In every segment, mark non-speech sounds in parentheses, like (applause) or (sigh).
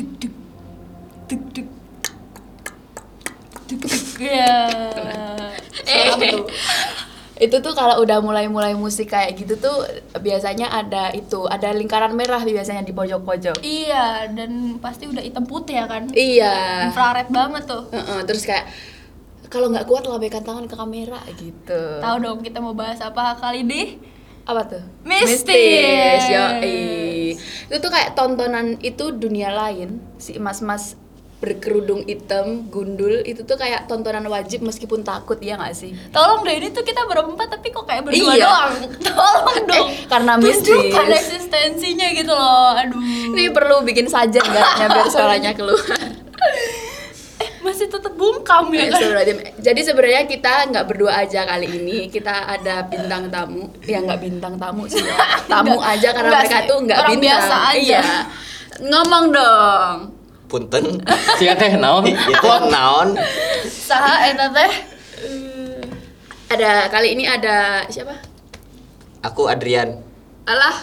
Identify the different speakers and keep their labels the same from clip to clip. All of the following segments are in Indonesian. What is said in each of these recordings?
Speaker 1: (laughs) Iya.
Speaker 2: itu itu tuh kalau udah mulai-mulai musik kayak gitu tuh biasanya ada itu ada lingkaran merah biasanya di pojok-pojok
Speaker 1: Iya, dan pasti udah hitam putih ya kan?
Speaker 2: Iya.
Speaker 1: Infrared banget tuh.
Speaker 2: Heeh, terus kayak kalau nggak kuat lambaikan tangan ke kamera gitu
Speaker 1: Tahu dong kita mau bahas apa kali di?
Speaker 2: apa tuh
Speaker 1: Mistis.
Speaker 2: yoi. itu tuh kayak tontonan itu dunia lain si emas-emas berkerudung hitam gundul itu tuh kayak tontonan wajib meskipun takut ya nggak sih
Speaker 1: Tolong deh ini tuh kita berempat tapi kok kayak berdua
Speaker 2: Iya. Eh,
Speaker 1: doang. (laughs) Tolong dong.
Speaker 2: karena
Speaker 1: Tunjukkan
Speaker 2: mistis.
Speaker 1: eksistensinya gitu loh. Aduh.
Speaker 2: ini perlu bikin saja nggak biar suaranya keluar
Speaker 1: Eh, Masih tetap bungkam ya
Speaker 2: Eh,
Speaker 1: kan?
Speaker 2: sebenarnya- jadi sebenarnya kita nggak berdua aja kali ini kita ada bintang tamu ya nggak bintang tamu (laughs) sih ya. tamu
Speaker 1: Nggak-
Speaker 2: aja karena
Speaker 1: nggak
Speaker 2: mereka
Speaker 1: sih,
Speaker 2: tuh nggak
Speaker 1: orang
Speaker 2: bintang
Speaker 1: biasa aja.
Speaker 2: Iya. ngomong dong
Speaker 3: punten
Speaker 4: Siapa teh naon?
Speaker 3: ya teh naon
Speaker 1: Saha eh, eta teh?
Speaker 2: ada kali ini ada siapa
Speaker 3: aku Adrian
Speaker 2: alah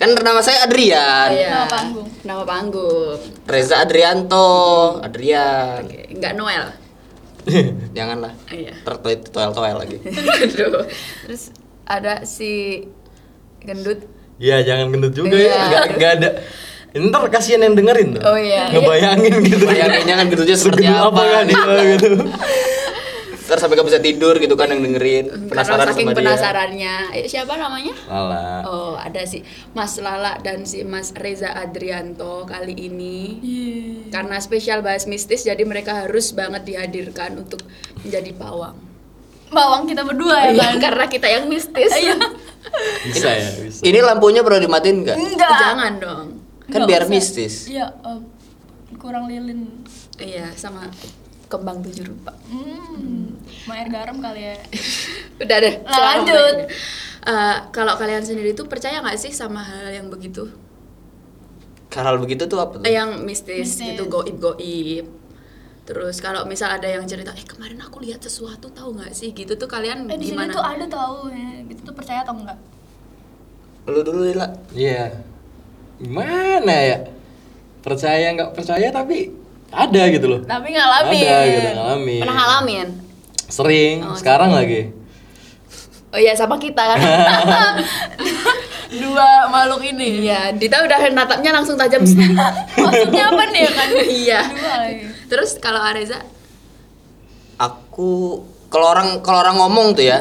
Speaker 3: kan nama saya Adrian
Speaker 2: Iya.
Speaker 1: Nama panggung.
Speaker 2: nama panggung
Speaker 3: Reza Adrianto Adrian
Speaker 2: Oke, nggak Noel
Speaker 3: janganlah
Speaker 2: (laughs) iya
Speaker 3: tertulis toel toel lagi
Speaker 2: Aduh. terus ada si gendut
Speaker 4: Ya jangan gendut juga
Speaker 2: Iya.
Speaker 4: ya, nggak nggak ada. Ntar kasihan yang dengerin tuh.
Speaker 2: Oh, iya.
Speaker 4: Ngebayangin gitu.
Speaker 3: bayanginnya kan gendutnya seperti
Speaker 4: Segendut
Speaker 3: apa
Speaker 4: apa kan dia gitu.
Speaker 3: terus sampai gak bisa tidur gitu kan yang
Speaker 2: karena
Speaker 3: dengerin penasaran
Speaker 2: saking
Speaker 3: sama dia
Speaker 2: penasarannya Eh, siapa namanya
Speaker 4: Malah.
Speaker 2: Oh, ada si Mas Lala dan si Mas Reza Adrianto kali ini.
Speaker 1: Iya.
Speaker 2: Karena spesial bahas mistis, jadi mereka harus banget dihadirkan untuk menjadi
Speaker 1: (laughs)
Speaker 2: pawang.
Speaker 1: Bawang kita berdua ya
Speaker 2: Iya,
Speaker 1: kan?
Speaker 2: (laughs) karena kita yang mistis.
Speaker 1: Iya.
Speaker 4: Bisa ya, bisa.
Speaker 3: ini lampunya perlu dimatiin nggak
Speaker 1: Enggak.
Speaker 2: Jangan dong.
Speaker 3: kan
Speaker 1: Nggak
Speaker 3: biar
Speaker 1: usah.
Speaker 3: mistis
Speaker 1: Iya, em, kurang lilin.
Speaker 2: Iya, sama kembang tujuh rupa.
Speaker 1: Hmm. Mau air garam
Speaker 2: (laughs)
Speaker 1: kali ya.
Speaker 2: Udah deh.
Speaker 1: Nah,
Speaker 2: selamat
Speaker 1: lanjut.
Speaker 2: mainnya. Eh, kalau kalian sendiri tuh percaya nggak sih sama hal yang begitu?
Speaker 3: hal begitu tuh apa tuh
Speaker 2: Eh, yang mistis,
Speaker 1: Mistis.
Speaker 2: gitu goib-goib. Terus kalau misal ada yang cerita, eh kemarin aku lihat sesuatu tahu nggak sih gitu tuh kalian
Speaker 1: Eh di sini
Speaker 2: gimana?
Speaker 1: tuh ada tahu ya. Gitu tuh percaya atau enggak?
Speaker 3: lu dulu Lila
Speaker 4: Iya. Gimana ya? Percaya nggak percaya tapi ada gitu loh.
Speaker 1: Tapi ngalamin.
Speaker 4: Ada gitu ngalamin.
Speaker 2: Pernah ngalamin?
Speaker 4: Sering, sekarang lagi.
Speaker 2: Oh iya sama kita kan.
Speaker 1: (laughs) Dua makhluk ini.
Speaker 2: Iya, Dita udah natapnya langsung
Speaker 1: (laughs)
Speaker 2: tajam. Iya.
Speaker 1: Maksudnya apa nih
Speaker 2: (laughs)
Speaker 1: ya kan? Dua ya. lagi.
Speaker 2: Terus kalau Areza
Speaker 3: aku kalau orang kalau orang ngomong tuh ya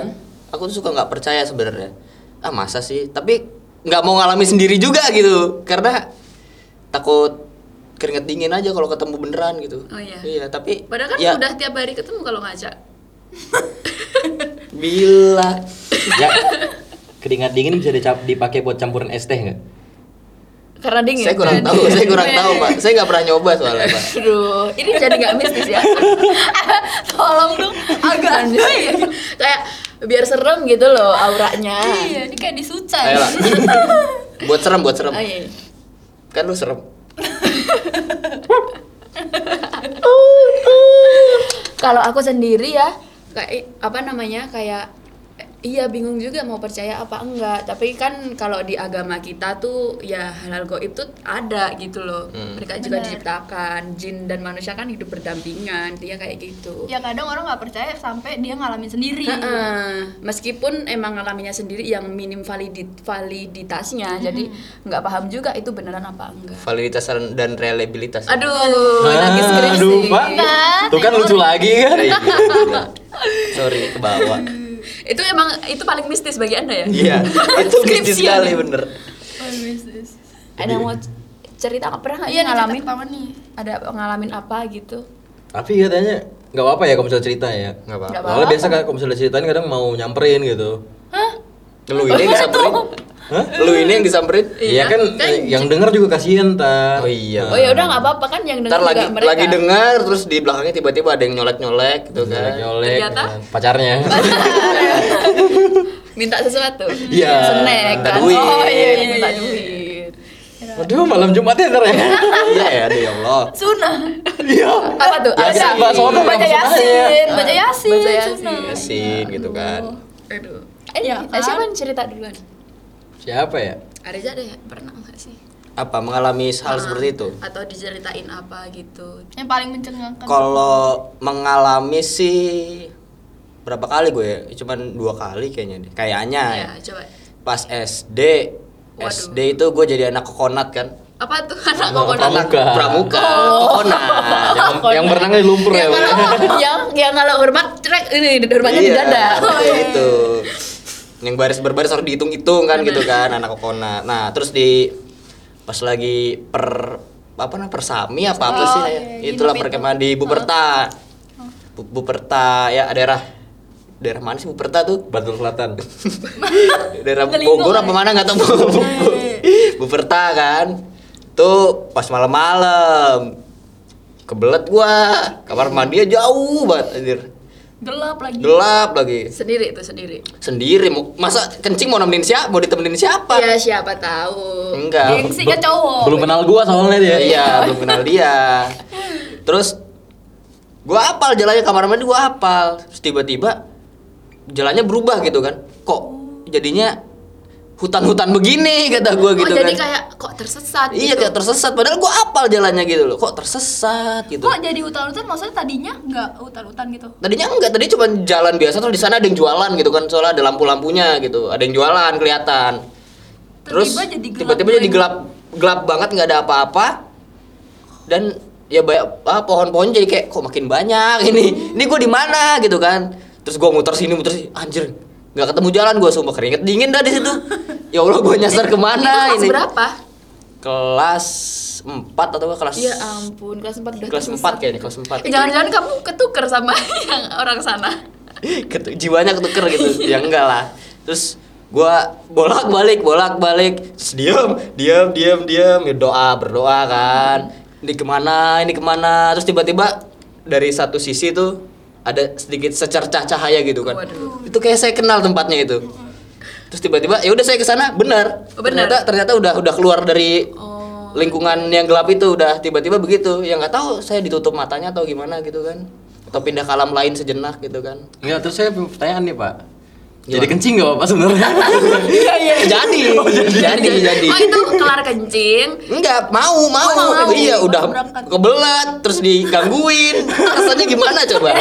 Speaker 3: aku tuh suka nggak percaya sebenarnya ah masa sih tapi nggak mau ngalami sendiri juga gitu karena takut keringet dingin aja kalau ketemu beneran gitu
Speaker 2: Oh, iya.
Speaker 3: tapi
Speaker 2: padahal kan
Speaker 3: ya,
Speaker 2: udah tiap hari ketemu kalau ngaca.
Speaker 3: bila
Speaker 4: Ya. Keringat dingin bisa dicap- dipakai buat campuran es teh nggak?
Speaker 2: Karena dingin. kan?
Speaker 3: saya kurang tahu
Speaker 2: (laughs)
Speaker 3: saya kurang tahu pak saya nggak pernah nyoba soalnya pak
Speaker 2: Aduh, ini jadi nggak mistis
Speaker 1: (laughs)
Speaker 2: ya.
Speaker 1: Tolong dong agak aneh.
Speaker 2: Kayak biar serem gitu loh auranya.
Speaker 1: Iya, ini kayak disucan.
Speaker 2: (laughs)
Speaker 3: Ayolah. buat serem buat serem
Speaker 2: Oh, iya.
Speaker 3: kan lu serem
Speaker 2: Kalau aku sendiri ya kayak apa namanya kayak eh, iya bingung juga mau percaya apa enggak tapi kan kalau di agama kita tuh ya halal goib tuh ada gitu loh
Speaker 3: Hmm.
Speaker 2: mereka juga
Speaker 1: Benar.
Speaker 2: diciptakan jin dan manusia kan hidup berdampingan dia kayak gitu
Speaker 1: Ya kadang orang nggak percaya sampai dia ngalamin sendiri.
Speaker 2: Heeh. meskipun emang ngalaminya sendiri yang minim validit validitasnya jadi nggak paham juga itu beneran apa enggak
Speaker 3: validitas dan reliabilitas ya.
Speaker 2: aduh
Speaker 4: Ah,
Speaker 2: lagi skripsi
Speaker 4: Aduh, Pak.
Speaker 2: Iya.
Speaker 1: Kan,
Speaker 4: Tuh kan
Speaker 1: teori.
Speaker 4: lucu lagi kan.
Speaker 3: Iya, iya,
Speaker 2: (laughs)
Speaker 3: iya. sorry kebawa
Speaker 2: itu emang itu paling mistis bagi anda ya (laughs)
Speaker 3: Iya, itu
Speaker 2: Skripsian.
Speaker 3: bisnis sekali bener.
Speaker 1: Oh, bisnis.
Speaker 2: ada yang mau cerita nggak pernah nggak
Speaker 1: Iya,
Speaker 2: sih ngalamin
Speaker 1: ngalamin pertama nih.
Speaker 2: ada ngalamin apa gitu
Speaker 4: Tapi katanya nggak apa-apa ya kalau misalnya cerita ya.
Speaker 3: Nggak apa-apa.
Speaker 2: Nggak
Speaker 4: Soalnya
Speaker 2: apa-apa.
Speaker 4: biasa kalau misalnya ceritain kadang mau nyamperin gitu.
Speaker 3: Lu ini yang disamperin.
Speaker 4: Hah?
Speaker 3: Lu ini yang disamperin.
Speaker 4: Iya kan,
Speaker 2: kan
Speaker 4: eh, yang denger juga kasihan tar.
Speaker 3: Oh iya.
Speaker 2: oh ya udah nggak apa-apa kan yang dengar
Speaker 3: Ntar
Speaker 2: juga
Speaker 3: lagi
Speaker 2: mereka
Speaker 3: lagi dengar terus di belakangnya tiba-tiba ada yang nyolek-nyolek gitu
Speaker 4: Iya, Nyolek
Speaker 3: kan.
Speaker 4: nyolek
Speaker 2: Ternyata?
Speaker 4: pacarnya.
Speaker 2: minta sesuatu
Speaker 4: Iya.
Speaker 2: snack
Speaker 3: Minta
Speaker 2: kan
Speaker 3: duit.
Speaker 2: oh iya, iya,
Speaker 1: Iya,
Speaker 2: minta
Speaker 1: iya,
Speaker 2: duit
Speaker 4: Waduh malam Jumatnya ntar ya.
Speaker 3: (laughs) Iya ya, aduh ya Allah.
Speaker 1: Sunah.
Speaker 4: Iya.
Speaker 2: apa tuh
Speaker 4: Ya,
Speaker 2: Ada.
Speaker 4: bahas orang,
Speaker 1: Baca
Speaker 4: maksudnya.
Speaker 1: Yasin, baca Yasin,
Speaker 2: Baca Yasin. iya
Speaker 1: sunah.
Speaker 3: Yasin gitu kan.
Speaker 2: aduh eh,
Speaker 1: Iya, kan?
Speaker 2: siapa yang cerita duluan
Speaker 4: Siapa ya?
Speaker 2: Areza deh pernah nggak sih
Speaker 3: Apa mengalami hal
Speaker 2: Ah,
Speaker 3: seperti itu?
Speaker 2: atau diceritain apa gitu
Speaker 1: Yang paling mencengangkan.
Speaker 3: Kalau mengalami sih berapa kali gue ya? Cuman dua kali kayaknya deh. Kayaknya.
Speaker 2: Iya,
Speaker 3: ya.
Speaker 2: coba.
Speaker 3: Pas SD,
Speaker 2: Waduh.
Speaker 3: SD itu gue jadi anak kokonat kan.
Speaker 2: Apa tuh (laughs) anak
Speaker 4: Oh,
Speaker 2: kokonat?
Speaker 4: pramuka.
Speaker 3: Pramuka,
Speaker 2: (laughs)
Speaker 3: kokonat.
Speaker 4: yang, yang berenang di lumpur
Speaker 2: yang
Speaker 4: ya, Pak.
Speaker 2: Iya, kalau yang yang kalau hormat trek ini hormatnya di
Speaker 3: Iya, (laughs)
Speaker 2: dada. (laughs)
Speaker 1: Oh,
Speaker 3: kayak gitu. Yang baris berbaris harus dihitung-hitung kan gitu kan anak kokona. Nah, terus di pas lagi per apa namanya persami apa apa
Speaker 1: Oh,
Speaker 3: sih
Speaker 1: iya, iya, Oh.
Speaker 3: itulah
Speaker 1: hidup itu.
Speaker 3: perkemahan di Buperta. Bu, Buperta ya daerah daerah mana sih Buperta tuh?
Speaker 1: (laughs)
Speaker 4: Bantul Selatan.
Speaker 3: daerah
Speaker 1: Telingo
Speaker 3: Bogor
Speaker 1: kali.
Speaker 3: apa mana nggak
Speaker 1: Iya,
Speaker 3: tahu (laughs) Buperta kan tuh pas malam-malam kebelet gua kamar mandi jauh banget anjir
Speaker 1: Gelap lagi.
Speaker 3: gelap lagi
Speaker 2: Sendiri itu sendiri.
Speaker 3: sendiri mau masa kencing mau nemenin siapa mau ditemenin siapa
Speaker 2: Ya siapa tahu.
Speaker 3: enggak
Speaker 1: Gengsi kan cowok.
Speaker 4: Belum kenal gua soalnya
Speaker 3: iya
Speaker 4: dia.
Speaker 3: iya, belum kenal dia terus gua apal jalannya kamar mandi gua apal terus tiba-tiba jalannya berubah gitu kan kok jadinya hutan-hutan begini kata gua
Speaker 2: oh,
Speaker 3: gitu
Speaker 2: jadi
Speaker 3: kan
Speaker 2: kayak kok tersesat
Speaker 3: iya
Speaker 2: gitu.
Speaker 3: kayak tersesat padahal gua apal jalannya gitu loh kok tersesat gitu
Speaker 1: Kok jadi hutan-hutan? Maksudnya tadinya nggak hutan-hutan gitu?
Speaker 3: tadinya enggak tadi cuma jalan biasa terus di sana ada yang jualan gitu kan soalnya ada lampu-lampunya gitu ada yang jualan kelihatan terus
Speaker 1: Tiba-tiba jadi gelap
Speaker 3: tiba-tiba jadi
Speaker 1: doang.
Speaker 3: gelap gelap banget nggak ada apa-apa dan ya banyak ah, pohon-pohon jadi kayak kok makin banyak ini ini gue di mana gitu kan terus gue muter sini muter sini anjir nggak ketemu jalan gue sumpah keringet dingin dah di situ ya allah gue nyasar kemana
Speaker 2: itu kelas
Speaker 3: ini
Speaker 2: berapa?
Speaker 3: kelas 4 atau nggak kelas
Speaker 2: Ya ampun, kelas 4 udah
Speaker 3: kelas 4
Speaker 2: tersesat.
Speaker 3: kayaknya kelas 4
Speaker 2: Eh, Jangan-jangan kamu ketuker sama (laughs) yang orang sana.
Speaker 3: Ketu- jiwanya ketuker gitu ya enggak lah terus gua bolak balik bolak balik terus diem diem diem diem Ya doa berdoa kan ini kemana ini kemana terus tiba-tiba dari satu sisi tuh ada sedikit secercah cahaya gitu kan
Speaker 2: Waduh.
Speaker 3: itu kayak saya kenal tempatnya itu terus tiba-tiba ya udah saya ke sana benar
Speaker 2: Oh, benar. Oh.
Speaker 3: ternyata ternyata udah udah keluar dari lingkungan yang gelap itu udah tiba-tiba begitu ya nggak tahu saya ditutup matanya atau gimana gitu kan atau pindah ke alam lain sejenak gitu kan
Speaker 4: Enggak, terus saya punya pertanyaan nih, Pak. Jadi
Speaker 3: Gimana?
Speaker 4: kencing gak apa-apa (laughs) sebenarnya?
Speaker 3: Iya iya. (laughs) Jadi, jadi, jadi,
Speaker 2: Oh, itu kelar kencing.
Speaker 3: Enggak, mau, mau.
Speaker 1: Oh, mau, mau.
Speaker 3: Iya, udah
Speaker 1: Berangkat.
Speaker 3: kebelet, terus digangguin. Rasanya gimana coba?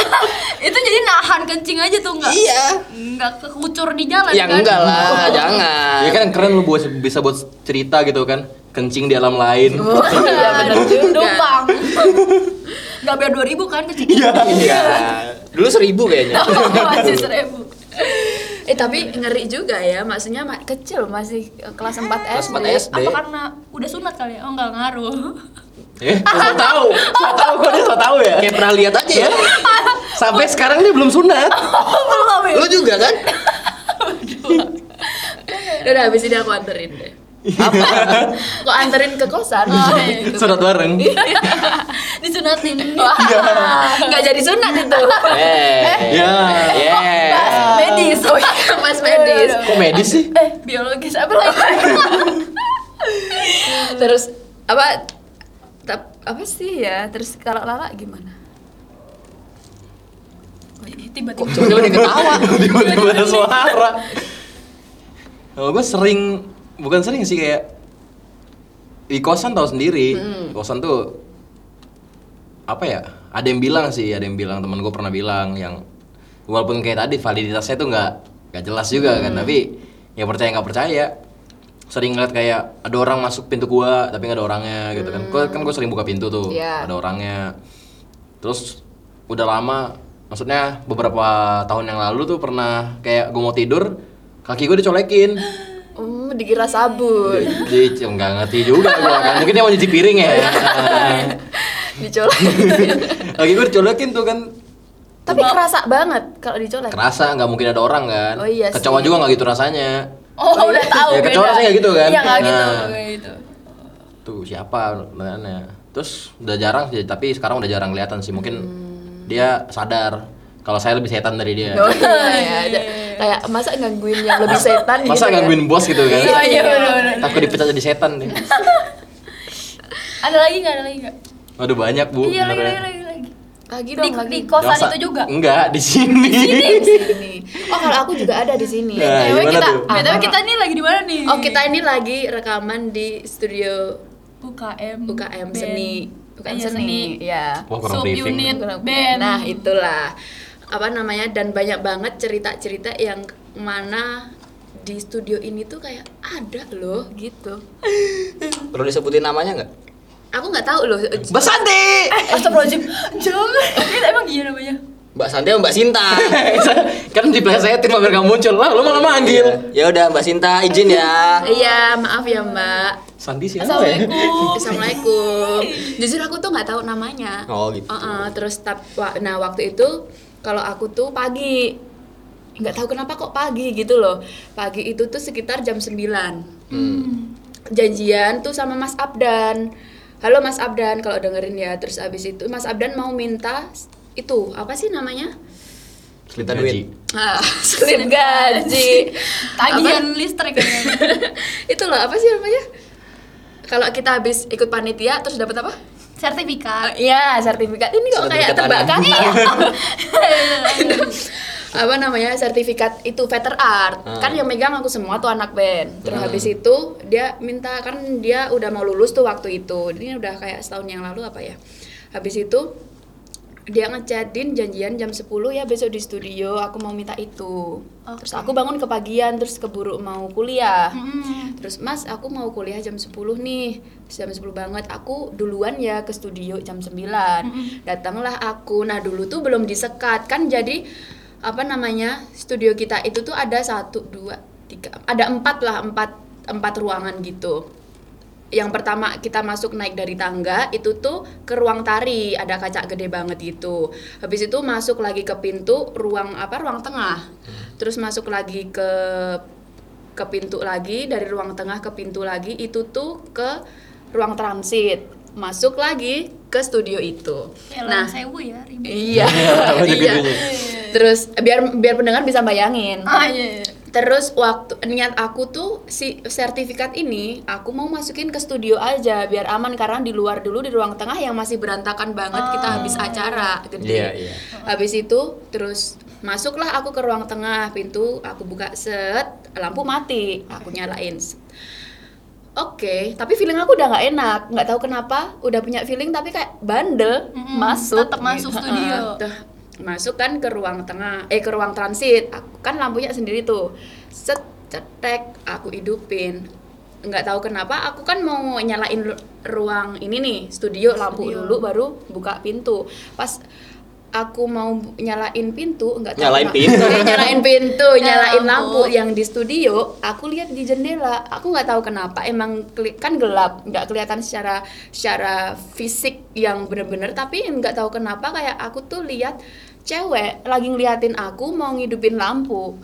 Speaker 1: itu jadi nahan kencing aja tuh nggak?
Speaker 3: Iya.
Speaker 1: Nggak kekucur di jalan
Speaker 3: Ya
Speaker 1: kan?
Speaker 3: enggak
Speaker 1: (laughs)
Speaker 3: lah,
Speaker 4: ya
Speaker 3: (laughs) jangan.
Speaker 4: kan keren lu buat bisa buat cerita gitu kan. Kencing di alam lain.
Speaker 1: Oh.
Speaker 2: Iya, benar juga.
Speaker 1: Numpang. Nggak biar 2000 kan kencing? (laughs) Oh,
Speaker 3: Iya. Dulu seribu kayaknya.
Speaker 1: Masih 1000.
Speaker 2: Eh tapi ngeri juga ya, maksudnya ma- kecil masih eh, kelas 4 SD.
Speaker 3: Kelas 4 SD.
Speaker 1: Apa karena udah sunat kali ya? Oh nggak ngaruh. (laughs)
Speaker 4: Eh, so tahu. So tahu kok dia so tahu ya.
Speaker 3: Kayak pernah lihat aja ya.
Speaker 4: Sampai sekarang dia belum sunat.
Speaker 1: Belum ya?
Speaker 3: Lu juga kan?
Speaker 2: Ya Udah habis ini aku anterin deh. Apa? (laughs) Kok anterin ke kosan? gitu.
Speaker 1: Oh, iya.
Speaker 4: sunat
Speaker 2: (laughs)
Speaker 4: bareng.
Speaker 1: Disunatin.
Speaker 2: Enggak jadi sunat itu.
Speaker 3: Eh.
Speaker 4: Ya.
Speaker 3: Ya.
Speaker 1: Medis. Oh iya.
Speaker 2: Mas medis.
Speaker 4: Kok medis sih?
Speaker 1: Eh, biologis apa lagi?
Speaker 2: (laughs) Terus apa tap- apa sih ya? Terus kalau Lala gimana?
Speaker 1: Tiba-tiba.
Speaker 3: Coba dia ketawa.
Speaker 4: (laughs) Tiba-tiba ada suara. Kalau gue sering, bukan sering sih kayak di kosan tahu sendiri. Di Kosan tuh apa ya? Ada yang bilang sih, ada yang bilang teman gue pernah bilang yang walaupun kayak tadi validitasnya tuh nggak nggak jelas juga kan, tapi ya percaya nggak percaya sering ngeliat kayak ada orang masuk pintu gua tapi nggak ada orangnya gitu kan Gua- kan gue sering buka pintu tuh
Speaker 2: Iya.
Speaker 4: ada orangnya terus udah lama maksudnya beberapa tahun yang lalu tuh pernah kayak gue mau tidur kaki gue dicolekin
Speaker 2: (laughs) Hmm, dikira sabun.
Speaker 4: jadi c- nggak ngerti juga gue kan mungkin dia mau nyuci piring
Speaker 1: (laughs)
Speaker 4: ya
Speaker 2: Dicolek.
Speaker 4: kaki gue dicolekin tuh kan
Speaker 2: Tapi kerasa banget kalau dicolek.
Speaker 4: kerasa nggak mungkin ada orang kan
Speaker 2: Oh iya
Speaker 4: kecoa
Speaker 2: sih.
Speaker 4: juga nggak gitu rasanya
Speaker 1: Oh, udah
Speaker 2: Iya.
Speaker 1: tahu.
Speaker 4: Ya, kecoa
Speaker 1: beda.
Speaker 4: rasanya gitu kan?
Speaker 1: Iya, nggak gitu.
Speaker 4: Nah.
Speaker 1: nggak gitu.
Speaker 4: tuh siapa pertanyaannya terus udah jarang sih tapi sekarang udah jarang kelihatan sih mungkin
Speaker 1: Hmm.
Speaker 4: dia sadar kalau saya lebih setan dari dia
Speaker 2: Oh, iya, iya, iya. Kayak masa gangguin yang lebih setan gitu
Speaker 4: masa
Speaker 2: ya?
Speaker 4: gangguin bos gitu kan
Speaker 1: Iya, iya, benar, benar.
Speaker 4: takut dipecat jadi setan nih
Speaker 1: Ada lagi nggak? Ada lagi nggak?
Speaker 4: Aduh banyak bu. ya.
Speaker 1: Iya, lagi,
Speaker 4: sebenarnya.
Speaker 1: lagi, lagi, lagi.
Speaker 2: Lagi
Speaker 1: Di,
Speaker 2: dong, lagi.
Speaker 1: di kosan itu
Speaker 4: Jangan sa-
Speaker 1: juga.
Speaker 4: Enggak di sini.
Speaker 2: di sini. Oh, kalau aku juga ada di sini.
Speaker 4: Nah,
Speaker 2: Cewek
Speaker 4: gimana
Speaker 2: kita.
Speaker 4: tuh?
Speaker 2: Ah,
Speaker 1: Btw
Speaker 2: kalau-
Speaker 1: kita nih lagi di mana nih?
Speaker 2: Oh, kita ini lagi rekaman di studio
Speaker 1: UKM.
Speaker 2: UKM
Speaker 1: band.
Speaker 2: seni. UKM
Speaker 1: Iya,
Speaker 2: seni. Ya.
Speaker 4: Wah kurang briefing.
Speaker 1: Subunit
Speaker 2: Kurang-
Speaker 1: band.
Speaker 2: Nah, itulah. apa namanya dan banyak banget cerita-cerita yang mana di studio ini tuh kayak ada loh gitu.
Speaker 3: Perlu disebutin namanya nggak?
Speaker 2: Aku nggak tahu loh.
Speaker 3: Mbak Santi!
Speaker 1: Eh, astagfirullahim. Jangan. Itu emang iya namanya.
Speaker 3: Mbak Santi sama Mbak Sinta.
Speaker 4: kan diplesetin mampir nggak muncul lah lu malah manggil
Speaker 3: ya udah Mbak Sinta izin ya.
Speaker 2: (laughs) Iya, maaf ya, Mbak.
Speaker 3: Iya.
Speaker 4: Sandi siapa ya
Speaker 1: Assalamualaikum.
Speaker 2: Assalamualaikum. Jujur aku tuh nggak tahu namanya.
Speaker 3: Oh, gitu.
Speaker 2: Uh-uh, terus tap, wa- nah waktu itu kalau aku tuh pagi nggak tahu kenapa kok pagi gitu loh. Pagi itu tuh sekitar jam 9 Janjian tuh sama Mas Abdan. Halo Mas Abdan kalau dengerin ya. Terus abis itu Mas Abdan mau minta s- itu apa sih namanya?
Speaker 3: Selitan duit.
Speaker 4: Gaji.
Speaker 2: Ah, (laughs) slip gaji. Apa? (laughs)
Speaker 1: Tagihan listrik kayaknya.
Speaker 2: itu loh apa sih namanya? Kalau kita habis ikut panitia terus dapat apa?
Speaker 1: (laughs) Sertifikat.
Speaker 2: Iya, sertifikat ini kok kayak
Speaker 3: Sertifikat
Speaker 2: tebak
Speaker 3: tanam.
Speaker 2: kaki ya. (laughs)
Speaker 1: Iya,
Speaker 2: apa namanya sertifikat itu veter art
Speaker 3: Ah.
Speaker 2: kan yang megang aku semua tuh anak band terus habis itu dia minta kan dia udah mau lulus tuh waktu itu ini udah kayak setahun yang lalu apa ya habis itu dia ngechatin janjian jam 10 ya besok di studio aku mau minta itu terus aku bangun kepagian terus keburu mau kuliah
Speaker 1: Hmm.
Speaker 2: Terus mas aku mau kuliah jam 10 nih Terus Jam 10 banget aku duluan ya ke studio jam 9 Datanglah aku Nah dulu tuh belum disekat Kan jadi apa namanya Studio kita itu tuh ada satu dua tiga Ada empat lah empat, empat ruangan gitu yang pertama kita masuk naik dari tangga itu tuh ke ruang tari ada kaca gede banget gitu habis itu masuk lagi ke pintu ruang apa ruang tengah terus masuk lagi ke ke pintu lagi dari ruang tengah ke pintu lagi itu tuh ke ruang transit masuk lagi ke studio itu
Speaker 1: Ya, nah,
Speaker 2: nah
Speaker 1: sewu ya, ribu.
Speaker 2: iya (laughs)
Speaker 4: Banyak
Speaker 2: iya
Speaker 4: gedenya.
Speaker 2: terus biar biar pendengar bisa bayangin
Speaker 1: Ah, iya. iya.
Speaker 2: Terus waktu niat aku tuh si sertifikat ini aku mau masukin ke studio aja biar aman karena di luar dulu di ruang tengah yang masih berantakan banget kita
Speaker 1: Oh.
Speaker 2: habis acara gede.
Speaker 3: Iya, iya.
Speaker 2: Habis itu terus masuklah aku ke ruang tengah, pintu aku buka set, lampu mati, aku nyalain. set. Oke, tapi feeling aku udah nggak enak, nggak tahu kenapa, udah punya feeling tapi kayak bandel
Speaker 1: Mm-mm,
Speaker 2: masuk. gitu.
Speaker 1: tetep masuk studio.
Speaker 2: Heeh, tuh, masuk kan ke ruang tengah, eh ke ruang transit, aku kan lampunya sendiri tuh, set cetek, aku hidupin, nggak tahu kenapa, aku kan mau nyalain lu- ruang ini nih studio lampu
Speaker 1: Studio.
Speaker 2: dulu, baru buka pintu, pas aku mau bu- nyalain pintu nggak tahu
Speaker 3: Nyalain
Speaker 2: kenapa- (laughs)
Speaker 3: pintu.
Speaker 2: Iya, nyalain pintu nyalain lampu
Speaker 1: lampu.
Speaker 2: yang di studio aku lihat di jendela aku nggak tahu kenapa emang keli- kan gelap nggak kelihatan secara secara fisik yang bener-bener tapi nggak tahu kenapa kayak aku tuh lihat cewek lagi ngeliatin aku mau ngidupin lampu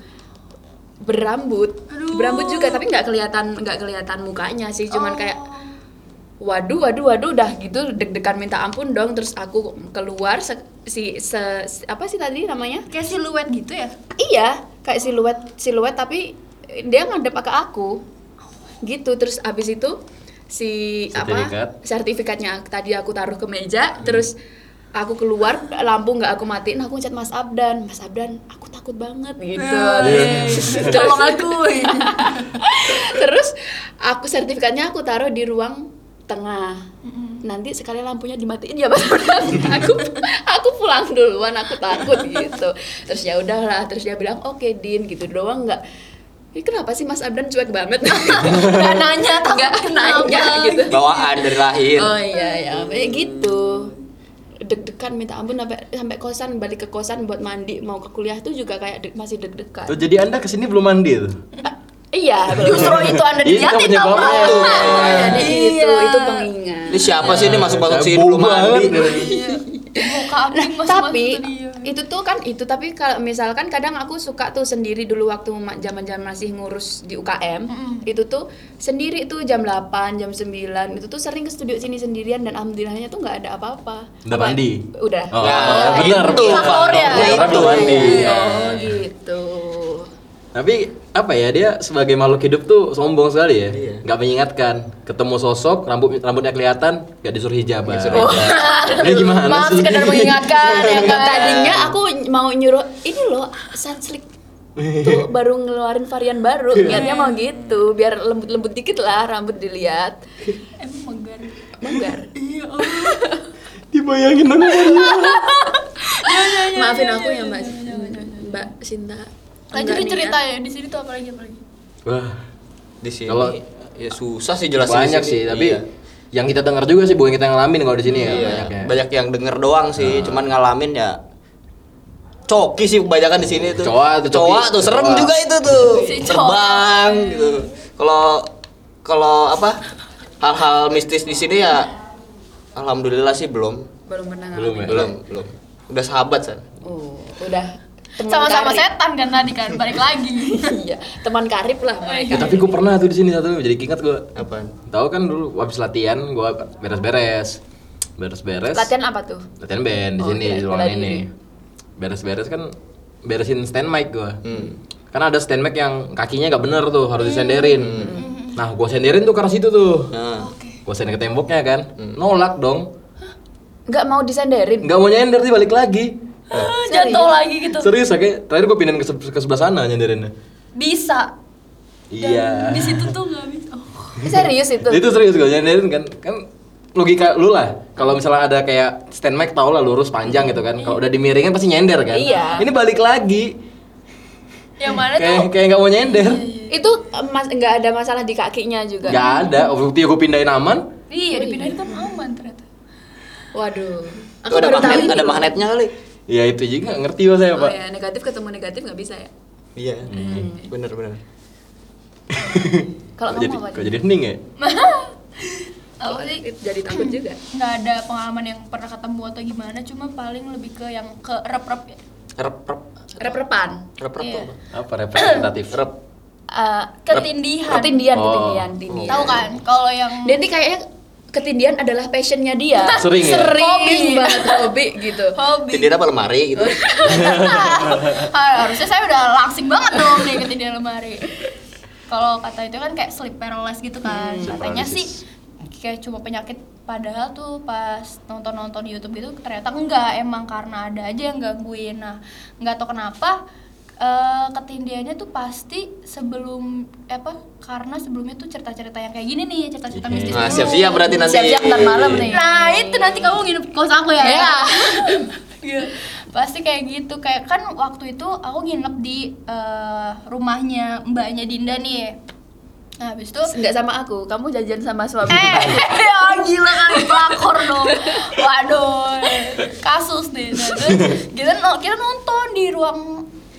Speaker 2: berambut
Speaker 1: Aduh.
Speaker 2: berambut juga tapi nggak kelihatan nggak kelihatan mukanya sih cuman kayak
Speaker 1: Oh.
Speaker 2: waduh waduh waduh dah gitu deg-degan minta ampun dong terus aku keluar se- si se- si- apa sih tadi namanya
Speaker 1: kayak siluet gitu ya?
Speaker 2: iya kayak siluet siluet tapi dia ngadep ke aku gitu terus abis itu si
Speaker 4: Sertifikat.
Speaker 2: apa sertifikatnya tadi aku taruh ke meja terus aku keluar lampu nggak aku matiin aku chat Mas Abdan Mas Abdan aku takut banget gitu
Speaker 1: Iya.
Speaker 2: (laughs)
Speaker 1: Tolong aku.
Speaker 2: terus aku sertifikatnya aku taruh di ruang tengah nanti sekali lampunya dimatiin ya Mas (laughs) Abdan. aku aku pulang duluan aku takut gitu terus ya udahlah terus dia bilang oke Din gitu doang nggak ini kenapa sih Mas Abdan cuek
Speaker 1: (laughs)
Speaker 2: banget
Speaker 1: Gak
Speaker 2: (laughs)
Speaker 1: nanya, takut
Speaker 2: nggak
Speaker 1: kenapa.
Speaker 2: nanya gitu
Speaker 3: Bawaan dari lahir.
Speaker 2: oh iya ya kayak gitu deg-degan minta ampun sampai sampai kosan balik ke kosan buat mandi mau ke kuliah tuh juga kayak de- masih deg-degan
Speaker 4: Tuh, jadi anda kesini belum mandi tuh
Speaker 2: iya justru itu anda
Speaker 4: Ini dilihatin
Speaker 2: dilihatin tau
Speaker 4: apa tau, penyebabnya. Mas.
Speaker 2: jadi itu
Speaker 1: Iya.
Speaker 2: itu pengingat
Speaker 3: Ini siapa sih ini masuk masuk
Speaker 4: Saya
Speaker 3: sini belum
Speaker 4: Nah, bobo
Speaker 3: mandi?
Speaker 4: banget.
Speaker 1: Buka aku
Speaker 2: Nah,
Speaker 1: masuk
Speaker 2: tapi
Speaker 1: studio.
Speaker 2: itu tuh kan itu tapi kalau misalkan kadang aku suka tuh sendiri dulu waktu ma- zaman-zaman masih ngurus di UKM itu tuh sendiri tuh jam 8 jam 9 itu tuh sering ke studio sini sendirian dan alhamdulillahnya tuh nggak ada apa-apa
Speaker 4: Udah
Speaker 2: Apa-
Speaker 4: mandi?
Speaker 2: udah Iya.
Speaker 4: Oh,
Speaker 3: Ya,
Speaker 4: benar.
Speaker 3: itu
Speaker 1: faktornya.
Speaker 4: Benar,
Speaker 1: Ya,
Speaker 4: belum
Speaker 1: itu.
Speaker 4: mandi.
Speaker 2: oh gitu
Speaker 4: Tapi apa ya dia sebagai makhluk hidup tuh sombong sekali ya.
Speaker 3: Iya.
Speaker 4: Nggak mengingatkan. Ketemu sosok, rambut rambutnya kelihatan, nggak disuruh hijaban.
Speaker 3: disuruh
Speaker 4: Dia Iya. Ya, gimana
Speaker 2: Oh. maaf
Speaker 4: sih? Iya.
Speaker 2: sekedar
Speaker 4: (laughs)
Speaker 2: mengingatkan ya kan tadinya aku mau nyuruh ini loh sunslick
Speaker 4: Iya.
Speaker 2: tuh baru ngeluarin varian baru niatnya mau gitu biar lembut-lembut dikit lah rambut dilihat
Speaker 1: Emang megar.
Speaker 2: menggar
Speaker 1: Iya Allah.
Speaker 4: Dia Bayangin aku Maria.
Speaker 1: iya,
Speaker 2: Maafin aku ya Mbak Mbak Sinta.
Speaker 1: Lanjutin
Speaker 2: Enggak nih
Speaker 1: cerita
Speaker 2: ya.
Speaker 1: ya di sini tuh apa lagi apa lagi?
Speaker 4: Wah,
Speaker 3: Di sini.
Speaker 4: Kalau-
Speaker 3: ya susah sih jelasin
Speaker 4: banyak
Speaker 3: di
Speaker 4: sih,
Speaker 3: sini.
Speaker 4: tapi
Speaker 3: Iya.
Speaker 4: yang kita dengar juga sih bukan kita ngalamin kalau di sini ya Nah.
Speaker 3: Iya,
Speaker 4: banyaknya.
Speaker 3: banyak yang denger doang sih, cuman ngalamin ya coki sih kebanyakan di sini tuh.
Speaker 4: Coa tuh, coki.
Speaker 3: Coa tuh serem
Speaker 4: Coa.
Speaker 3: juga itu tuh.
Speaker 1: (laughs) Si coa.
Speaker 3: Terbang gitu. Kalau kalau apa? Hal-hal mistis di sini ya alhamdulillah sih belum.
Speaker 2: Belum pernah
Speaker 4: Belum
Speaker 2: ngalamin.
Speaker 4: ya?
Speaker 3: Belum, belum. Udah sahabat, San.
Speaker 2: Oh, udah teman
Speaker 1: Sama-sama
Speaker 2: karib.
Speaker 1: setan kan tadi kan balik
Speaker 2: (laughs)
Speaker 1: lagi.
Speaker 2: Iya, teman karib lah mereka.
Speaker 4: Ya, tapi gue pernah tuh di sini satu jadi ingat gue.
Speaker 3: Apaan?
Speaker 4: Tahu kan dulu habis latihan gue beres-beres, beres-beres.
Speaker 2: Latihan apa tuh?
Speaker 4: latihan band di
Speaker 2: Oh,
Speaker 4: sini
Speaker 2: iya,
Speaker 4: di ruangan
Speaker 2: bela
Speaker 4: ini
Speaker 2: diri.
Speaker 4: beres-beres kan beresin stand mic gua
Speaker 3: Hmm.
Speaker 4: karena ada stand mic yang kakinya nggak bener tuh harus
Speaker 2: Hmm.
Speaker 4: disenderin nah gua senderin tuh ke arah situ tuh
Speaker 3: Nah,
Speaker 4: gua sender ke temboknya kan
Speaker 3: Hmm.
Speaker 4: nolak dong
Speaker 2: Enggak mau disenderin.
Speaker 4: nggak mau nyender sih balik lagi
Speaker 1: Jatuh lagi gitu.
Speaker 4: serius akhirnya terakhir gua pindahin ke, se- ke sebelah sana nyenderinnya
Speaker 1: Bisa.
Speaker 4: iya
Speaker 1: Di situ tuh nggak bisa. Oh.
Speaker 2: Ini serius itu.
Speaker 4: itu serius gua nyenderin kan kan logika lu lah kalau misalnya ada kayak stand mic tau lah lurus panjang gitu kan kalau udah dimiringin pasti nyender kan
Speaker 2: Iya.
Speaker 4: ini balik lagi
Speaker 1: Yang mana tuh?
Speaker 4: kayak kayak nggak mau nyender
Speaker 2: Itu eh, mas enggak ada masalah di kakinya juga.
Speaker 4: Gak ada, bukti gue pindahin aman
Speaker 1: Iya, dipindahin kan aman ternyata.
Speaker 2: Waduh.
Speaker 3: itu ada magnet, ada magnetnya kali.
Speaker 4: Ya itu juga nggak ngerti mas saya
Speaker 2: Oh
Speaker 4: Iya, pak
Speaker 2: ya, negatif ketemu negatif nggak bisa ya.
Speaker 3: Iya.
Speaker 4: Hmm.
Speaker 3: Bener, bener.
Speaker 2: Kalau
Speaker 4: Kok
Speaker 2: kamu
Speaker 4: jadi,
Speaker 2: apa?
Speaker 4: kok jadi hening ya?
Speaker 1: Apa sih?
Speaker 2: Jadi takut
Speaker 1: Oh,
Speaker 2: juga.
Speaker 1: iya. nggak ada pengalaman yang pernah ketemu atau gimana cuma paling lebih ke yang ke rep rep ya
Speaker 3: Rep-rep,
Speaker 2: Rep-repan.
Speaker 3: rep-rep
Speaker 1: Iya.
Speaker 3: tuh apa?
Speaker 4: Apa representatif?
Speaker 2: (coughs)
Speaker 3: Rep.
Speaker 2: Eh,
Speaker 1: ketindihan
Speaker 2: ketindian,
Speaker 4: Oh.
Speaker 2: ketindian, ketindian.
Speaker 1: tahu kan kalau yang
Speaker 2: Dan ini kayaknya ketindian adalah passionnya dia.
Speaker 4: Sering ya?
Speaker 2: Sering
Speaker 1: Hobi.
Speaker 2: banget hobi gitu.
Speaker 1: hobi
Speaker 3: Tindir apa lemari
Speaker 1: Oh,
Speaker 3: gitu.
Speaker 1: Ah, harusnya saya udah langsing banget dong nih ketindihan lemari kalau kata itu kan kayak sleep paralysis gitu kan
Speaker 3: Hmm,
Speaker 4: Sleep
Speaker 1: katanya sih
Speaker 4: paralysis.
Speaker 1: kayak cuma penyakit padahal tuh pas nonton-nonton YouTube itu ternyata enggak emang karena ada aja yang gangguin nah nggak tahu kenapa eh, ketindiannya tuh pasti sebelum eh, apa karena sebelumnya tuh cerita-cerita yang kayak gini nih cerita-cerita mistis
Speaker 3: Nah,
Speaker 1: dulu.
Speaker 3: siap-siap berarti nanti.
Speaker 2: Siap-siap ntar malam nih.
Speaker 1: Nah itu nanti kamu nginep kos aku ya.
Speaker 2: Ya.
Speaker 1: (laughs) Iya. Pasti kayak gitu kayak kan waktu itu aku nginep di eh, rumahnya mbaknya Dinda nih. Nah habis itu
Speaker 2: Enggak sama aku, kamu jajan sama
Speaker 1: (laughs)
Speaker 2: suami.
Speaker 1: Eh,
Speaker 2: (laughs)
Speaker 1: ya gila kan pelakor dong. Waduh, kasus deh. Nah, terus kita, no- kita nonton di ruang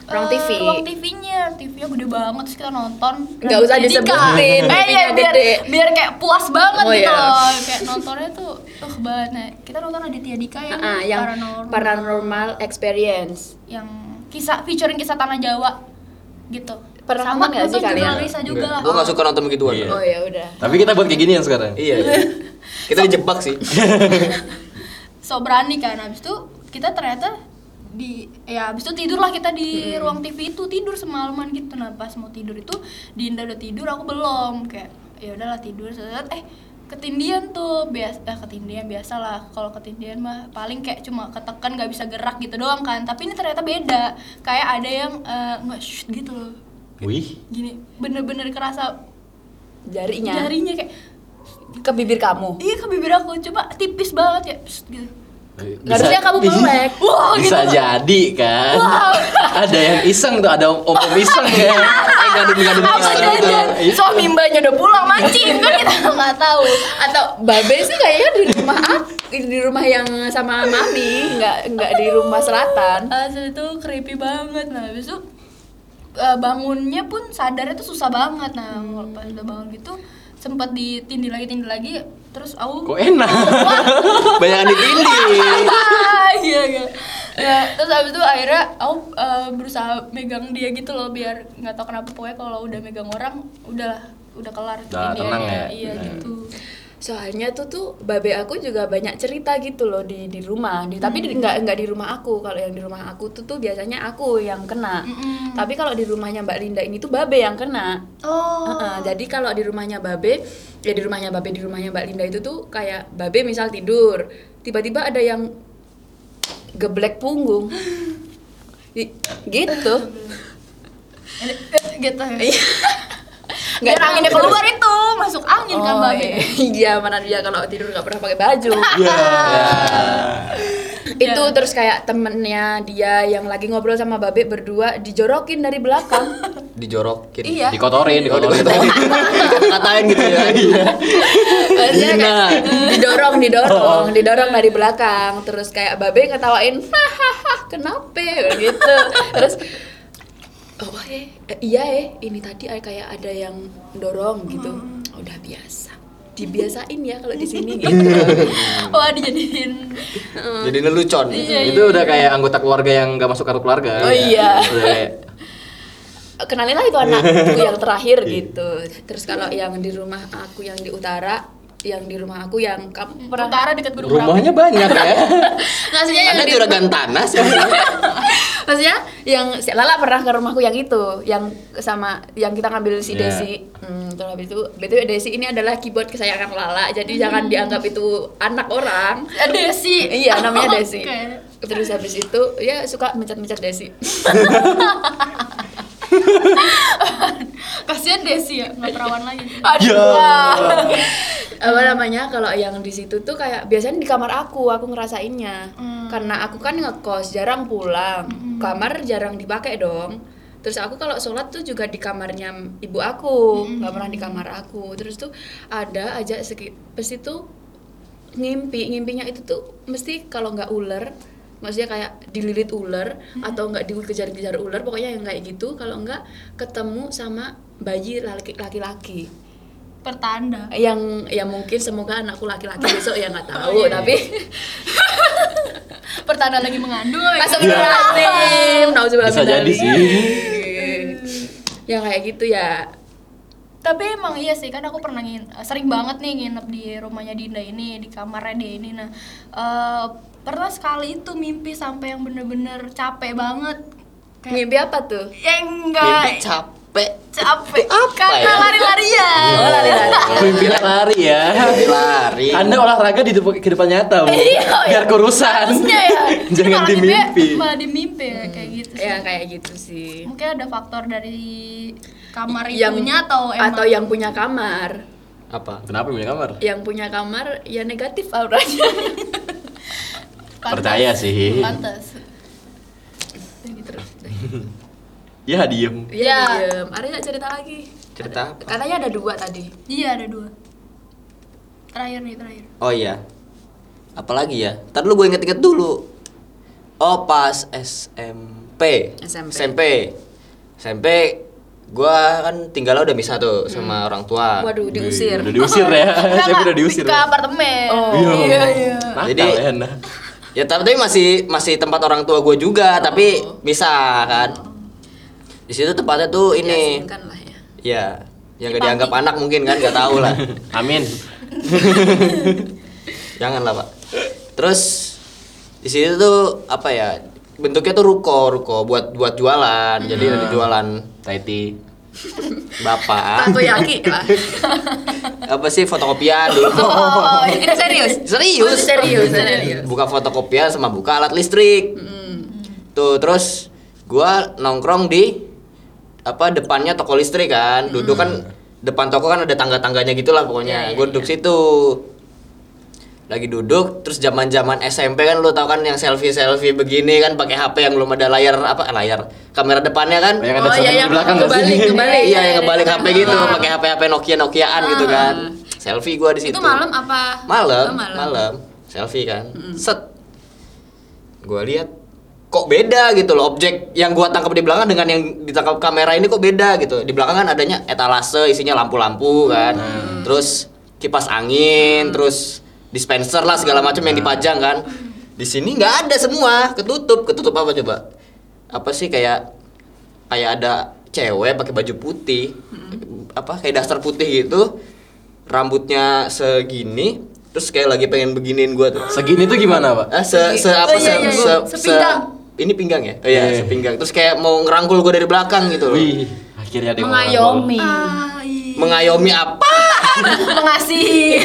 Speaker 2: Ruang
Speaker 1: eh,
Speaker 2: TV.
Speaker 1: ruang TV-nya, TV-nya gede banget terus kita nonton.
Speaker 2: Nggak usah
Speaker 1: Jadi, Kak,
Speaker 2: disebutin,
Speaker 1: Eh, iya,
Speaker 2: TV-nya
Speaker 1: biar,
Speaker 2: gede.
Speaker 1: biar kayak puas banget
Speaker 2: Oh,
Speaker 1: gitu
Speaker 2: iya.
Speaker 1: loh. Kayak nontonnya tuh tuh banget. Nah, kita nonton Aditya Dika yang,
Speaker 2: Ah, yang
Speaker 1: paranormal,
Speaker 2: paranormal experience.
Speaker 1: yang kisah featuring kisah tanah Jawa gitu.
Speaker 2: Pernah
Speaker 1: Sama
Speaker 2: nonton nggak sih
Speaker 1: nonton
Speaker 2: kalian?
Speaker 1: Jurnal Lisa juga lah.
Speaker 3: Gue gak suka nonton begituan.
Speaker 4: Iya.
Speaker 2: Oh ya udah.
Speaker 4: Tapi kita buat kayak ginian
Speaker 1: (laughs)
Speaker 4: sekarang
Speaker 3: Iya. iya. Kita dijebak sih.
Speaker 1: so berani kan habis itu kita ternyata di ya habis itu tidurlah kita di ruang TV itu tidur semalaman gitu nah pas mau tidur itu Dinda udah tidur aku belum kayak ya udahlah tidur set eh ketindian tuh biasa eh, ketindian biasalah kalau ketindian mah paling kayak cuma ketekan nggak bisa gerak gitu doang kan tapi ini ternyata beda kayak ada yang eh, nggak shoot gitu loh
Speaker 4: Wih
Speaker 1: gini bener-bener kerasa
Speaker 2: Jarinya.
Speaker 1: jarinya kayak
Speaker 2: Ke bibir kamu.
Speaker 1: iya ke bibir aku coba tipis banget ya Shhh, gitu
Speaker 2: Harusnya kamu ya. melek.
Speaker 1: Wah, gitu.
Speaker 4: Bisa jadi kan Ada yang iseng tuh, ada om, om iseng kan
Speaker 3: Eh gadun-gadun
Speaker 1: apa
Speaker 3: Kristen gitu.
Speaker 1: jajan
Speaker 4: Iya.
Speaker 1: suami mbaknya udah pulang mancing kan kita (laughs) nggak tahu
Speaker 2: Atau Babe sih kayaknya di rumah aku, di rumah yang sama Mami, nggak nggak di rumah selatan.
Speaker 1: asli Ah, itu creepy banget nah habis itu eh, bangunnya pun sadarnya tuh susah banget nah pas udah bangun gitu sempat ditindih lagi tindih lagi terus aku
Speaker 4: Kok enak?
Speaker 3: Banyak ditindih.
Speaker 1: Ah, (laughs) iya iya ya, terus abis itu akhirnya aku eh, berusaha megang dia gitu loh biar nggak tahu kenapa pokoknya kalau udah megang orang udahlah udah kelar
Speaker 4: Udah,
Speaker 1: ketindihannya.
Speaker 4: tenang ya.
Speaker 1: iya
Speaker 4: Nah.
Speaker 1: gitu
Speaker 2: Soalnya tuh tuh babe aku juga banyak cerita gitu loh di di rumah. Di, tapi di- nggak nggak di rumah aku. Kalau yang di rumah aku tuh tuh biasanya aku yang kena.
Speaker 1: Mm-mm.
Speaker 2: Tapi kalau di rumahnya Mbak Linda ini tuh babe yang kena.
Speaker 1: oh (laughs)
Speaker 2: Heeh, jadi kalau di rumahnya babe, ya di rumahnya babe di rumahnya Mbak Linda itu tuh kayak babe misal tidur, tiba-tiba ada yang geblek punggung. Di- gitu.
Speaker 1: gitu
Speaker 2: Iya.
Speaker 1: Biar
Speaker 2: tahu
Speaker 1: anginnya
Speaker 2: terus.
Speaker 1: Gitu. keluar itu, masuk angin kan Mbak Be?
Speaker 2: Oh,
Speaker 1: (laughs)
Speaker 2: iya (laughs) mana dia kalau tidur nggak pernah pakai baju
Speaker 4: Iya.
Speaker 2: itu terus kayak temennya dia yang lagi ngobrol sama babe berdua dijorokin dari belakang
Speaker 3: dijorokin
Speaker 1: Iya.
Speaker 4: Ya, Dikotorin, dikotorin.
Speaker 3: katain gitu ya iya
Speaker 2: Maksudnya
Speaker 3: Dina.
Speaker 2: kayak, didorong didorong didorong dari belakang terus kayak babe ngetawain hahaha kenapa gitu terus oh eh eh, iya eh ini tadi ay- kayak ada yang dorong gitu udah biasa dibiasain ya kalau di sini gitu
Speaker 1: Wah dijadiin Mm.
Speaker 3: jadi lelucon
Speaker 1: Iya.
Speaker 4: Itu udah kayak anggota keluarga yang nggak masuk kartu keluarga.
Speaker 2: Oh, iya.
Speaker 4: Udah kayak,
Speaker 2: kenalinlah itu anakku yang terakhir gitu terus kalau yang di rumah aku yang di utara yang di rumah aku yang kamu pernah
Speaker 1: utara dekat gunung Merapi.
Speaker 4: rumahnya banyak ya.
Speaker 2: maksudnya yang
Speaker 1: Iya,
Speaker 3: ada
Speaker 2: di-
Speaker 1: gitu.
Speaker 3: juragan tanah sih
Speaker 2: maksudnya yang si Lala pernah ke rumahku yang itu yang sama yang kita ngambil si
Speaker 4: Iya.
Speaker 2: Desi hmm, terus habis itu btw Desi ini adalah keyboard kesayangan Lala jadi jangan dianggap itu anak
Speaker 1: (laughs)
Speaker 2: orang
Speaker 1: Eh, Desi.
Speaker 2: iya namanya Desi
Speaker 1: Oke.
Speaker 2: terus habis itu ya suka mencet-mencet Desi
Speaker 1: Kasihan Desi ya, nggak perawan lagi.
Speaker 2: Aduh.
Speaker 4: Ya.
Speaker 2: apa namanya kalau yang di situ tuh kayak biasanya di kamar aku aku ngerasainnya
Speaker 1: Hmm.
Speaker 2: karena aku kan ngekos jarang pulang kamar jarang dipakai dong terus aku kalau sholat tuh juga di kamarnya ibu aku nggak pernah di kamar aku terus tuh ada aja seki pasti tuh ngimpi ngimpinya itu tuh mesti kalau nggak ular maksudnya kayak dililit ular atau nggak dikejar-kejar ular pokoknya yang kayak gitu kalau nggak ketemu sama bayi laki- laki-laki
Speaker 1: Pertanda.
Speaker 2: yang ya mungkin semoga anakku laki-laki besok ya nggak tahu tapi (laughs)
Speaker 1: Pertanda lagi mengandung. ya.
Speaker 3: Iya.
Speaker 2: Astagfirullahaladzim Nauzubillah
Speaker 4: Iya. Bisa
Speaker 2: min
Speaker 4: jadi
Speaker 2: dzalik.
Speaker 4: sih.
Speaker 2: ya kayak gitu ya
Speaker 1: Tapi emang iya sih, kan aku pernah ngin- sering banget nih nginep di rumahnya Dinda ini, di kamarnya dia ini. Nah, eh, pernah sekali itu mimpi sampai yang bener-bener capek banget. Kayak,
Speaker 2: mimpi apa tuh
Speaker 1: ya enggak
Speaker 3: mimpi capek
Speaker 1: capek.
Speaker 3: apa
Speaker 1: Karena
Speaker 3: ya? Iya.
Speaker 1: lari-larian.
Speaker 2: oh lari
Speaker 1: Iya.
Speaker 2: lari
Speaker 4: Mimpinya lari ya.
Speaker 3: lari
Speaker 4: Anda olahraga di depan- kehidupan nyata, Bu. Biar kurusan.
Speaker 1: Iya, Harusnya
Speaker 3: (laughs)
Speaker 1: ya. Jadi
Speaker 4: Jangan
Speaker 1: malah
Speaker 4: di
Speaker 1: mimpi-
Speaker 4: mimpi.
Speaker 1: Malah di mimpi ya, kayak gitu. sih.
Speaker 2: ya kayak gitu sih
Speaker 1: Mungkin ada faktor dari kamar
Speaker 2: yang
Speaker 1: itunya atau emang
Speaker 2: atau yang punya kamar
Speaker 3: apa
Speaker 4: Kenapa punya kamar?
Speaker 2: yang punya kamar ya negatif auranya (laughs)
Speaker 1: pantas.
Speaker 4: Percaya sih.
Speaker 1: Pantas.
Speaker 2: terus
Speaker 4: Ya diem.
Speaker 2: ya,
Speaker 1: Ya.
Speaker 2: diem. Ari nggak cerita lagi
Speaker 3: cerita apa
Speaker 2: katanya ada dua tadi
Speaker 1: Iya ada dua. Terakhir nih terakhir.
Speaker 3: Oh iya. Apalagi ya? Ntar dulu gue inget-inget dulu. Oh pas SMP.
Speaker 2: SMP.
Speaker 3: SMP. SMP gue kan tinggalnya udah misah tuh sama
Speaker 1: Mm.
Speaker 3: orang tua.
Speaker 2: waduh diusir
Speaker 4: Ah, Iya, Udah diusir ya. (laughs) Saya udah diusir.
Speaker 1: Ke
Speaker 4: ya.
Speaker 1: apartemen.
Speaker 2: Oh.
Speaker 4: Iya,
Speaker 1: iya.
Speaker 4: Jadi
Speaker 3: Jadi- Ya tapi tapi masih masih tempat orang tua gue juga, tapi misah kan. Di situ tempatnya tuh ini.
Speaker 2: Diasingkan lah ya
Speaker 3: Ya, yang gak dianggap anak mungkin kan, gak tahu lah.
Speaker 4: Amin.
Speaker 3: Janganlah pak. Terus di situ tuh apa ya? Bentuknya tuh ruko, ruko buat buat jualan. Jadi ada jualan
Speaker 4: Taiti.
Speaker 3: bapak.
Speaker 2: takoyaki lah
Speaker 3: apa sih fotokopian dulu?
Speaker 2: oh ini serius
Speaker 3: Serius?
Speaker 2: Oh,
Speaker 3: (laughs)
Speaker 2: serius serius
Speaker 3: Buka fotokopian sama buka alat listrik. Tuh terus gua nongkrong di apa depannya toko listrik kan. Duduk
Speaker 2: Mm.
Speaker 3: kan depan toko kan ada tangga-tangganya gitulah
Speaker 2: Iya,
Speaker 3: pokoknya. Gua duduk situ. Lagi duduk terus zaman-zaman SMP kan lu tau kan yang selfie-selfie begini kan pakai HP yang belum ada layar apa eh, layar kamera depannya kan.
Speaker 4: Yang ada
Speaker 2: Oh, iya,
Speaker 4: cermin
Speaker 2: yang
Speaker 4: di belakang nggak
Speaker 2: kebalik,
Speaker 4: sih?
Speaker 2: kebalik.
Speaker 3: Iya, yang ngebalik
Speaker 2: iya,
Speaker 3: HP
Speaker 2: iya.
Speaker 3: gitu, pakai HP HP Nokia Nokiaan gitu kan. Selfie gua di situ.
Speaker 2: itu malam apa
Speaker 3: Malam,
Speaker 2: Oh,
Speaker 3: malam, Selfie kan. Set. Gua lihat kok beda gitu loh objek yang gua tangkap di belakang dengan yang ditangkap kamera ini kok beda gitu. Di belakang kan adanya etalase isinya lampu-lampu kan. Terus kipas angin, terus dispenser lah segala macam yang dipajang kan. Di sini nggak ada semua, ketutup. Ketutup apa coba? Apa sih kayak kayak ada cewek pakai baju putih apa kayak daster putih gitu rambutnya segini terus kayak lagi pengen beginiin gua tuh
Speaker 4: Segini tuh gimana, Pak?
Speaker 3: ah se se apa
Speaker 2: Oh, iya, iya,
Speaker 3: se-
Speaker 2: iya.
Speaker 3: se-
Speaker 2: Sepinggang.
Speaker 3: se- ini pinggang ya oh, iya
Speaker 4: Iya.
Speaker 3: sepinggang terus kayak mau ngerangkul gua dari belakang gitu loh
Speaker 4: Wih, akhirnya ada yang mau
Speaker 2: mengayomi
Speaker 1: Ah,
Speaker 4: (laughs)
Speaker 1: iya.
Speaker 3: mengayomi apa
Speaker 1: Mengasihi.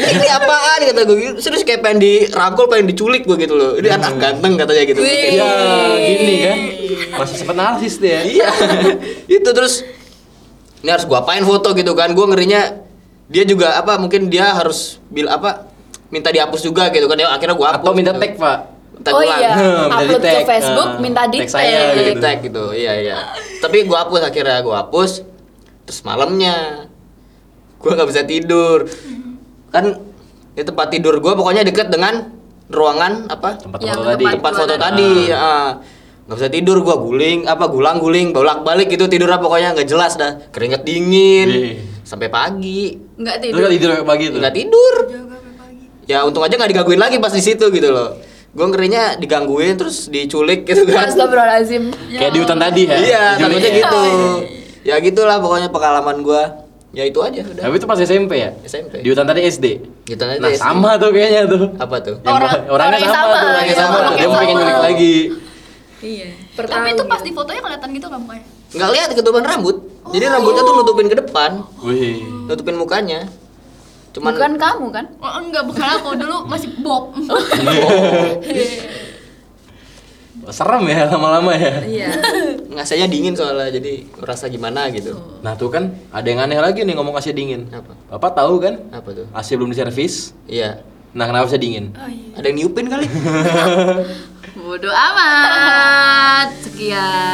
Speaker 3: ini apaan kata gue gitu. terus kayak pengen dirangkul pengen diculik gua gitu loh ini anak ganteng katanya gitu
Speaker 2: Wih.
Speaker 3: (laughs)
Speaker 4: ngobrol. Ya, gini kan. Masih sempat narsis dia.
Speaker 3: iya itu terus ini harus gua apain foto gitu kan gua ngerinya dia juga apa mungkin dia harus bil apa minta dihapus juga gitu kan ya akhirnya gua hapus
Speaker 4: atau minta
Speaker 3: gitu.
Speaker 4: tag pak
Speaker 3: (laughs) Minta
Speaker 2: oh
Speaker 3: ulang.
Speaker 2: iya,
Speaker 4: Minta
Speaker 2: upload ke
Speaker 4: di-tag.
Speaker 2: Facebook,
Speaker 4: Ah,
Speaker 2: minta di
Speaker 4: tag saya
Speaker 2: tag.
Speaker 3: Minta tag gitu iya iya tapi gua hapus akhirnya gua hapus terus malamnya gua nggak bisa tidur kan di tempat tidur gua pokoknya deket dengan ruangan apa
Speaker 4: tempat
Speaker 2: Yang
Speaker 4: foto tadi
Speaker 2: tempat
Speaker 3: tempat
Speaker 2: Jualan.
Speaker 3: foto tadi ah. nggak bisa tidur gua guling apa gulang guling bolak balik gitu tidurnya pokoknya nggak jelas dah keringet dingin
Speaker 4: Iya.
Speaker 3: sampai pagi
Speaker 2: Nggak
Speaker 4: Lu
Speaker 2: tidur.
Speaker 4: kan tidur sampai pagi tuh
Speaker 3: nggak tidur ya untung aja nggak digangguin lagi pas di situ gitu loh gua ngerinya digangguin terus diculik gitu kan
Speaker 2: Astagfirullahaladzim.
Speaker 4: kayak di hutan tadi ya
Speaker 3: iya
Speaker 4: diculik
Speaker 3: takutnya
Speaker 4: ya.
Speaker 3: gitu ya gitulah pokoknya pengalaman gua ya itu aja udah
Speaker 4: tapi itu pas SMP ya
Speaker 3: SMP
Speaker 4: di hutan tadi SD
Speaker 3: Di hutan tadi
Speaker 4: nah
Speaker 3: SD.
Speaker 4: sama tuh kayaknya
Speaker 3: Gitu
Speaker 4: tuh
Speaker 3: apa tuh
Speaker 4: Yang
Speaker 1: Orang-
Speaker 4: ba- orangnya
Speaker 1: orangnya
Speaker 4: sama,
Speaker 1: sama,
Speaker 4: tuh orangnya
Speaker 3: iya,
Speaker 4: sama
Speaker 3: orangnya
Speaker 4: dia mau pengen
Speaker 3: sama.
Speaker 4: nyulik lagi
Speaker 2: Iya.
Speaker 1: Tapi itu pas di
Speaker 2: gitu.
Speaker 1: fotonya kelihatan gitu nggak mukanya?
Speaker 3: nggak lihat ketuban rambut jadi rambutnya tuh nutupin ke depan
Speaker 4: wih
Speaker 3: nutupin mukanya cuman (laughs)
Speaker 2: Bukan kamu kan?
Speaker 1: Oh, enggak, bukan aku dulu masih bob. Oh, iya.
Speaker 4: serem ya lama-lama ya
Speaker 2: Iya. (laughs)
Speaker 3: nggak saya dingin soalnya jadi merasa gimana gitu
Speaker 4: nah tuh kan ada yang aneh lagi nih ngomong AC dingin
Speaker 3: Apa?
Speaker 4: bapak tahu kan
Speaker 3: apa tuh
Speaker 4: AC belum diservis
Speaker 3: iya
Speaker 4: nah kenapa bisa dingin
Speaker 1: Oh, iya.
Speaker 3: ada yang niupin kali
Speaker 2: Bodoh amat. Sekian.